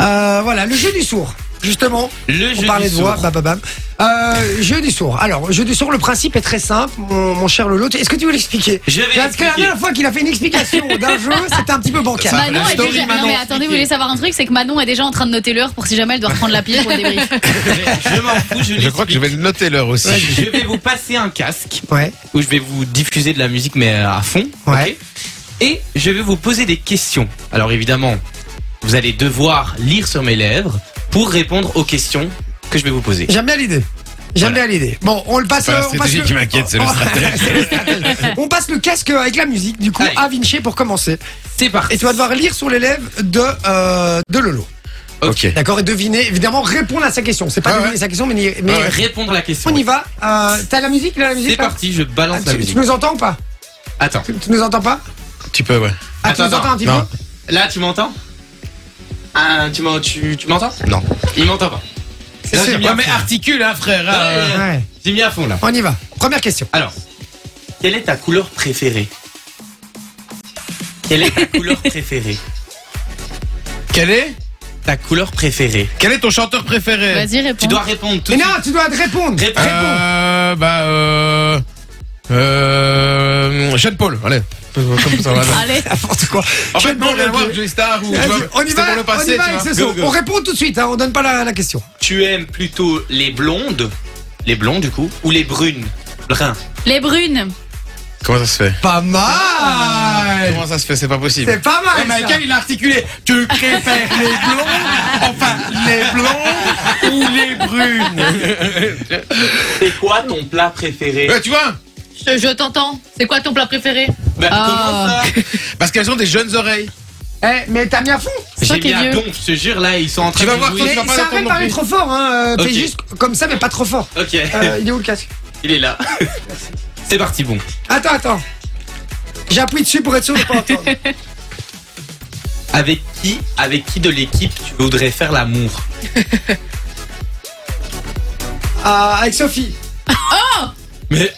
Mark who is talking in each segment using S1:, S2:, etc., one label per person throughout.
S1: Euh, voilà, le jeu du sourd. Justement,
S2: Le
S1: on
S2: jeu
S1: parlait
S2: du
S1: de voix,
S2: sourd.
S1: bam, bam, bam. Euh, jeu du sourd. Alors, jeu du sourd, le principe est très simple, mon, mon cher Lolo. Est-ce que tu veux l'expliquer
S2: Je vais
S1: Parce que la
S2: l'expliquer.
S1: dernière fois qu'il a fait une explication d'un jeu, c'était un petit peu bancal.
S2: Ça-
S3: Manon
S2: la
S3: est
S2: story,
S3: déjà.
S2: Manon.
S3: Non mais attendez, vous voulez savoir un truc, c'est que Manon est déjà en train de noter l'heure pour si jamais elle doit reprendre la pile pour le débrief.
S2: Je m'en fous, je,
S4: Je crois que je vais le noter l'heure aussi.
S2: l'explique. Je vais vous passer un casque
S1: Ouais.
S2: où je vais vous diffuser de la musique, mais euh, à fond.
S1: Ouais.
S2: ok Et je vais vous poser des questions. Alors évidemment, vous allez devoir lire sur mes lèvres pour répondre aux questions que je vais vous poser.
S1: J'aime bien l'idée. J'aime bien l'idée. Bon, on le passe.
S4: C'est
S1: euh, on
S4: pas la
S1: passe
S4: stratégie qui m'inquiète, c'est le stratège.
S1: C'est le stratège. on passe le casque avec la musique, du coup,
S2: Allez.
S1: à Vinci pour commencer.
S2: C'est parti.
S1: Et tu vas devoir lire sur l'élève de, euh, de Lolo.
S4: Ok.
S1: D'accord Et deviner, évidemment, répondre à sa question. C'est pas
S4: Ah
S1: deviner
S4: ouais.
S1: sa question, mais. mais
S2: Ouais, répondre à la question.
S1: On y va. Euh, T'as la musique là, la musique
S2: C'est
S1: là
S2: parti, je balance
S1: Ah,
S2: la
S1: tu, tu
S2: musique.
S1: nous entends ou pas
S2: Attends.
S1: tu, tu nous entends pas
S4: Un petit peu, ouais.
S1: Ah, tu
S2: Attends,
S1: nous entends un petit
S4: non.
S1: peu
S2: Là, tu m'entends Ah, tu m'en- tu- tu m'entends
S4: Non.
S2: Il m'entend pas.
S1: C'est
S2: Là,
S1: sûr.
S2: j'ai mis à fond.
S4: articule, hein, frère. hein.
S2: Ouais, ouais, ouais.
S1: Ouais.
S2: J'ai mis à fond là.
S1: On y va. Première question.
S2: Alors, quelle est ta couleur préférée Quelle est ta couleur préférée
S4: Quel est
S2: Ta couleur préférée
S4: Quel est ton chanteur préféré
S3: Vas-y, réponds.
S2: Tu dois répondre tout
S1: Mais
S2: de
S1: non, tu dois te répondre.
S2: suite. Réponds.
S4: Euh. Bah, euh. Euh. Sean Paul, allez. Comme ça, voilà.
S3: Allez,
S1: N'importe quoi.
S4: En
S1: Je
S4: fait,
S1: vais
S4: non,
S1: te
S4: le
S1: demander-
S4: voir, Joey Star ou.
S1: Vas-y, on y
S4: C'était
S1: va,
S4: pour le
S1: on y
S4: passé,
S1: va
S4: tu
S1: avec
S4: vois.
S1: ce son.
S2: Go, go.
S1: On répond tout de suite, hein, on donne pas la, la question.
S2: Tu aimes plutôt les blondes, les blondes du coup, ou les brunes Brun.
S3: les brunes.
S4: Comment ça se fait
S1: Pas mal
S4: Comment ça se fait C'est pas possible.
S1: Ah, C'est pas mal
S4: Eh,
S1: ça.
S4: Michael, il a articulé. Tu préfères les blonds, enfin les blonds ou les brunes
S2: C'est quoi ton plat préféré
S4: Ouais, tu vois
S3: Je, je t'entends. C'est quoi ton plat préféré
S2: Bah,
S3: Ah.
S4: Oh,
S2: comment ça
S4: Parce qu'elles ont des jeunes oreilles.
S1: Eh, mais t'as mis à fond
S3: C'est toi
S2: J'ai
S3: qui
S2: mis
S3: es
S2: à
S3: vieux.
S2: donf, je te jure là, ils sont en train
S4: Tu vas
S2: de
S4: voir
S2: jouer.
S4: tu
S1: Mais
S4: vas pas
S1: ça
S4: l'entendre
S1: arrête
S4: non
S1: de parler
S4: plus.
S1: trop fort, hein. euh,
S2: Ok.
S1: T'es juste comme ça, mais pas trop fort.
S2: Ok,
S1: Euh, il est où le casque
S2: il est là. C'est parti, bon.
S1: Attends, attends. J'appuie dessus pour être sûr de pas entendre.
S2: Avec qui, avec qui de l'équipe tu voudrais faire l'amour
S1: Ah, avec Sophie.
S2: Mais.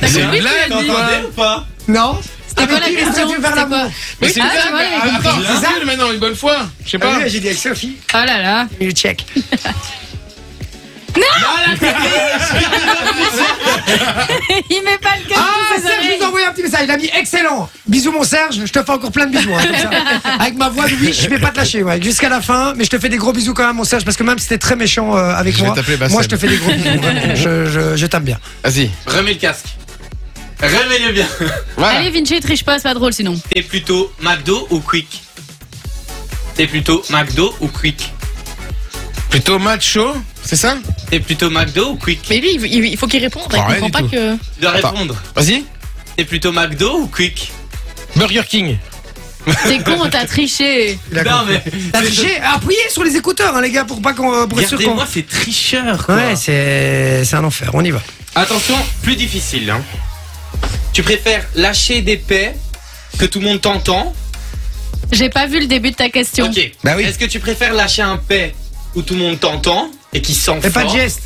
S3: T'as
S2: C'est
S3: compris
S2: une
S3: ce qu'il a
S2: blague,
S3: dit
S2: t'entendais ou pas
S1: Non
S3: C'était quoi la
S1: Avec qui
S3: question
S1: voudrais-tu faire
S3: C'était
S1: l'amour
S3: quoi
S4: Mais
S3: Oui.
S4: c'est
S3: Ah,
S4: une
S3: tu vois, il
S4: blague.
S3: avait
S4: Ah, Attends,
S1: compris. C'est
S4: c'est
S1: ça
S4: nul maintenant, une bonne fois. Je sais pas.
S1: Ah oui, J'ai dit avec Sophie.
S3: Oh là là.
S1: Il le check.
S3: Il met pas le cœur
S1: Ah,
S3: sous ses
S1: Serge
S3: oreilles.
S1: nous a envoyé un petit message. Il a mis excellent. Bisous, mon Serge. Je te fais encore plein de bisous. hein, comme ça. Avec ma voix de wish, je vais pas te lâcher. Ouais. Jusqu'à la fin. Mais je te fais des gros bisous quand même, mon Serge. Parce que même si t'es très méchant euh, avec
S4: Je vais
S1: moi,
S4: t'appeler Bassem.
S1: moi, je te fais des gros bisous. vraiment. Je, je- je t'aime bien.
S4: Vas-y.
S2: Remets le casque. Remets-le bien.
S4: Voilà.
S3: Allez, Vinci, triche pas, c'est pas drôle sinon.
S2: T'es plutôt McDo ou Quick T'es plutôt McDo ou Quick
S4: Plutôt macho, c'est ça
S2: T'es plutôt McDo ou Quick
S5: Mais lui, il- il il faut qu'il réponde.
S4: Ah,
S5: Il
S4: rien
S5: comprend
S4: du
S5: pas
S4: tout.
S5: que.
S2: Tu dois
S4: Attends.
S2: répondre.
S4: Vas-y.
S2: T'es plutôt McDo ou Quick
S4: Burger King.
S3: C'est con, t'as triché.
S1: Il a
S2: Non
S1: compris.
S2: mais.
S1: T'as triché Appuyez sur les écouteurs, hein, les gars, pour pas qu'on. Pour être sûr qu'on.
S2: Regardez-moi, c'est tricheur. quoi.
S1: Ouais, c'est c'est un enfer. On y va.
S2: Attention, plus difficile. hein. Tu préfères lâcher des paix que tout le monde t'entend
S3: J'ai pas vu le début de ta question.
S2: Ok.
S4: Bah oui.
S2: Est-ce que tu préfères lâcher un paix où tout le monde t'entend et qui sent
S1: Et
S2: fort
S1: pas de geste.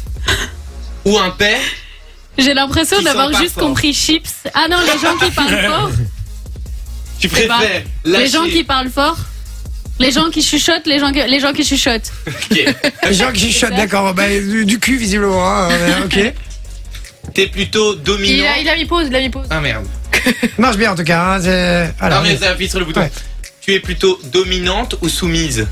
S2: ou un paix
S3: J'ai l'impression
S2: Qui
S3: d'avoir
S2: sent pas
S3: juste
S2: fort.
S3: compris chips. Ah non, les gens qui parlent fort.
S5: Eh
S2: Tu
S5: ben,
S3: sais pas.
S2: préfères lâcher
S3: Les gens qui parlent fort. Les gens qui chuchotent, les gens qui, les gens qui chuchotent.
S2: Ok.
S1: Jean qui chuchote, d'accord. Bah, du, du cul, visiblement. hein, euh, ok.
S2: T'es plutôt dominant.
S5: Il a, il a mis pause, il a mis pause.
S2: Ah merde.
S1: Marche bien, en tout cas. Hein, c'est- voilà,
S2: Ah,
S1: on y
S2: mais
S1: va.
S2: ça appuie sur le bouton.
S1: Ouais.
S2: Tu es plutôt dominante ou soumise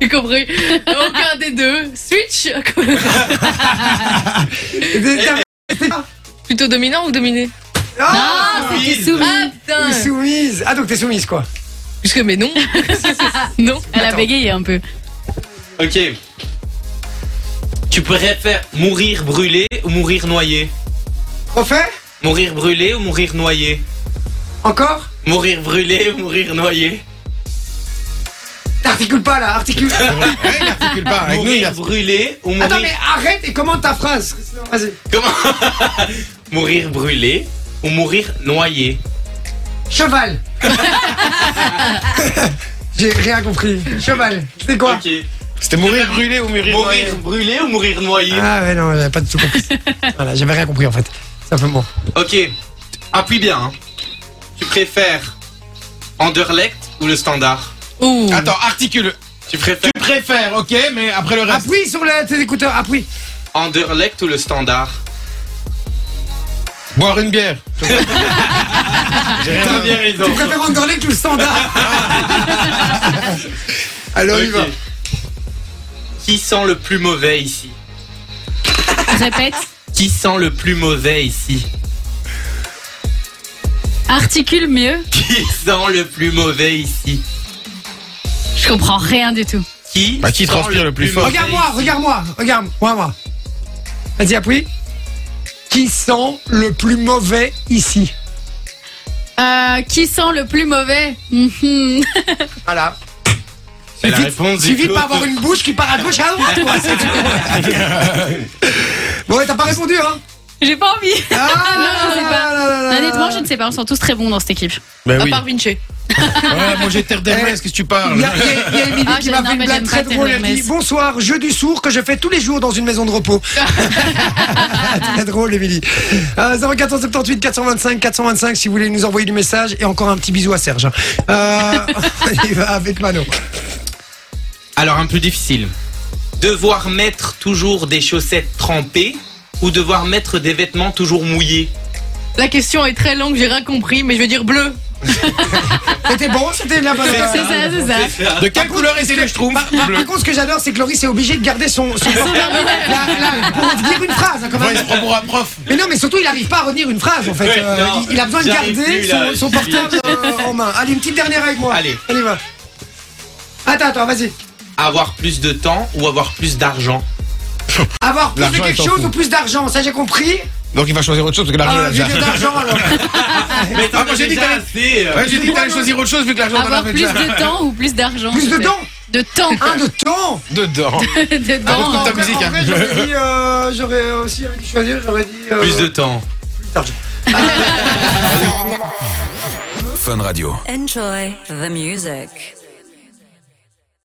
S5: J'ai compris. Aucun des deux. Switch. Plutôt dominant ou dominé
S1: Ah,
S3: Ah, c'était
S2: oui.
S3: soumis.
S5: putain.
S1: soumise. Ah, donc t'es soumise, quoi.
S5: Puisque, mais non. non.
S3: Elle a
S1: Attends.
S3: bégayé un peu.
S2: Ok. Tu préfères mourir brûlé ou mourir noyé
S1: Refait
S2: Mourir brûlé ou mourir noyé
S1: Encore
S2: Mourir brûlé ou mourir noyé
S1: T'articules pas là, articule.
S4: Ouais, il articule pas. Avec nous, il
S2: Mourir
S4: articule.
S2: brûlé ou
S1: Attends,
S2: mourir...
S1: mais arrête et commente ta phrase. Vas-y.
S2: Mourir brûlé ou mourir noyé
S1: Cheval. J'ai rien compris. Cheval. C'est quoi
S2: Ok.
S4: C'était mourir brûlé ou mourir
S2: Mourir brûlé ou mourir noyé
S1: Ah ouais, non, j'avais pas du tout compris. voilà, j'avais rien compris en fait. Simplement.
S2: Ok. Appuie bien. hein. Tu préfères Anderlecht ou le Standard
S5: Ouh.
S4: Attends, articule.
S2: Tu préfères
S4: Tu préfères, ok, mais après le reste.
S1: Appuie sur les, tes écouteurs, appuie.
S2: Anderlecht ou le Standard
S4: Ah, Boire une bière.
S2: T'as bien raison.
S1: Tu préfères Anderlecht ou le standard
S4: Alors il
S2: Ok.
S4: va.
S2: Qui sent le plus mauvais ici
S3: Répète.
S2: Qui sent le plus mauvais ici
S3: Articule mieux.
S2: Qui sent le plus mauvais ici
S3: Je comprends rien du tout.
S2: Qui
S4: Bah, qui
S2: sent
S4: transpire le plus fort
S2: mauvais
S1: Regarde-moi,
S2: ici
S1: regarde-moi, regarde, moi, moi. Vas-y, appuie. Qui sent le plus mauvais ici
S5: Euh, qui sent le plus mauvais Mhm.
S1: Voilà.
S2: C'est la
S1: Suffit-
S2: réponse du
S1: Suffit de
S2: Claude.
S1: pas avoir une bouche qui part à gauche hein à droite, quoi. c'est tout. Bon, et t'as pas répondu, hein
S3: J'ai pas envie.
S1: Ah,
S3: non, je sais pas.
S1: là,
S5: Euh,
S1: là, là, là.
S3: Honnêtement, je ne sais pas. On sont tous très bons dans cette équipe.
S4: Ben
S5: À
S4: oui.
S5: part Vinci.
S4: Ouais, manger terre d'Hermès, qu'est-ce que tu
S1: Il y
S4: parles
S1: a, il y a- il y a Émilie
S3: Ah,
S1: qui
S3: j'aime-
S1: m'a
S3: non,
S1: fait une
S3: mais
S1: blague
S3: j'aime
S1: très
S3: pas
S1: drôle. Elle
S3: Hermès.
S1: dit Bonsoir, jeu du sourd que je fais tous les jours dans une maison de repos. très drôle, Émilie. Euh, 0478 425 425 si vous voulez nous envoyer du message. Et encore un petit bisou à Serge. Euh, on y va avec Mano.
S2: Alors un peu difficile. Devoir mettre toujours des chaussettes trempées ou devoir mettre des vêtements toujours mouillés
S5: La question est très longue, j'ai rien compris, mais je vais dire bleu.
S1: C'était bon, c'était de la bonne.
S3: C'est ça, c'est ça.
S4: De quelle couleur est-ce que je trouve
S1: Par contre, ce que j'adore, c'est que Loris est obligé de garder son. son... La- la- pour dire une phrase, hein, quand
S4: Ouais,
S1: même.
S4: il se prend pour un prof.
S1: Mais non, mais surtout, il n'arrive pas à retenir une phrase, en fait.
S2: Ouais,
S1: Euh,
S2: non,
S1: il, il a besoin de
S2: j'arrive
S1: garder
S2: plus, là,
S1: son, son
S2: je suis
S1: portable euh, en main. Allez, une petite dernière avec moi.
S2: Allez.
S1: Allez, va. Attends, attends, vas-y.
S2: Avoir plus de temps ou avoir plus d'argent
S1: Avoir plus de
S4: L'argent,
S1: quelque
S4: il s'en
S1: chose
S4: fout.
S1: ou plus d'argent, ça j'ai compris.
S4: Donc il va choisir autre chose parce que Ah, l'argent
S1: Euh,
S4: l'a
S1: j'ai
S4: déjà.
S1: de l'argent alors.
S2: Mais
S4: t'en as déjà
S2: euh,
S4: Ouais, j'ai dit que t'allais choisir autre chose vu que l'argent t'en
S3: Avoir
S4: avait
S3: plus
S4: déjà.
S3: de temps ou plus d'argent
S1: Plus de
S3: peut-être.
S1: dents
S3: De temps.
S1: Un de temps
S4: Dedans.
S3: de
S4: Ah, parce
S3: temps.
S4: que ta
S1: En vrai,
S4: musique,
S1: en
S4: hein.
S1: vrai, J'aurais dit, euh, j'aurais aussi euh, dû choisir, j'aurais dit. euh,
S2: Plus de temps.
S6: Enjoy the music.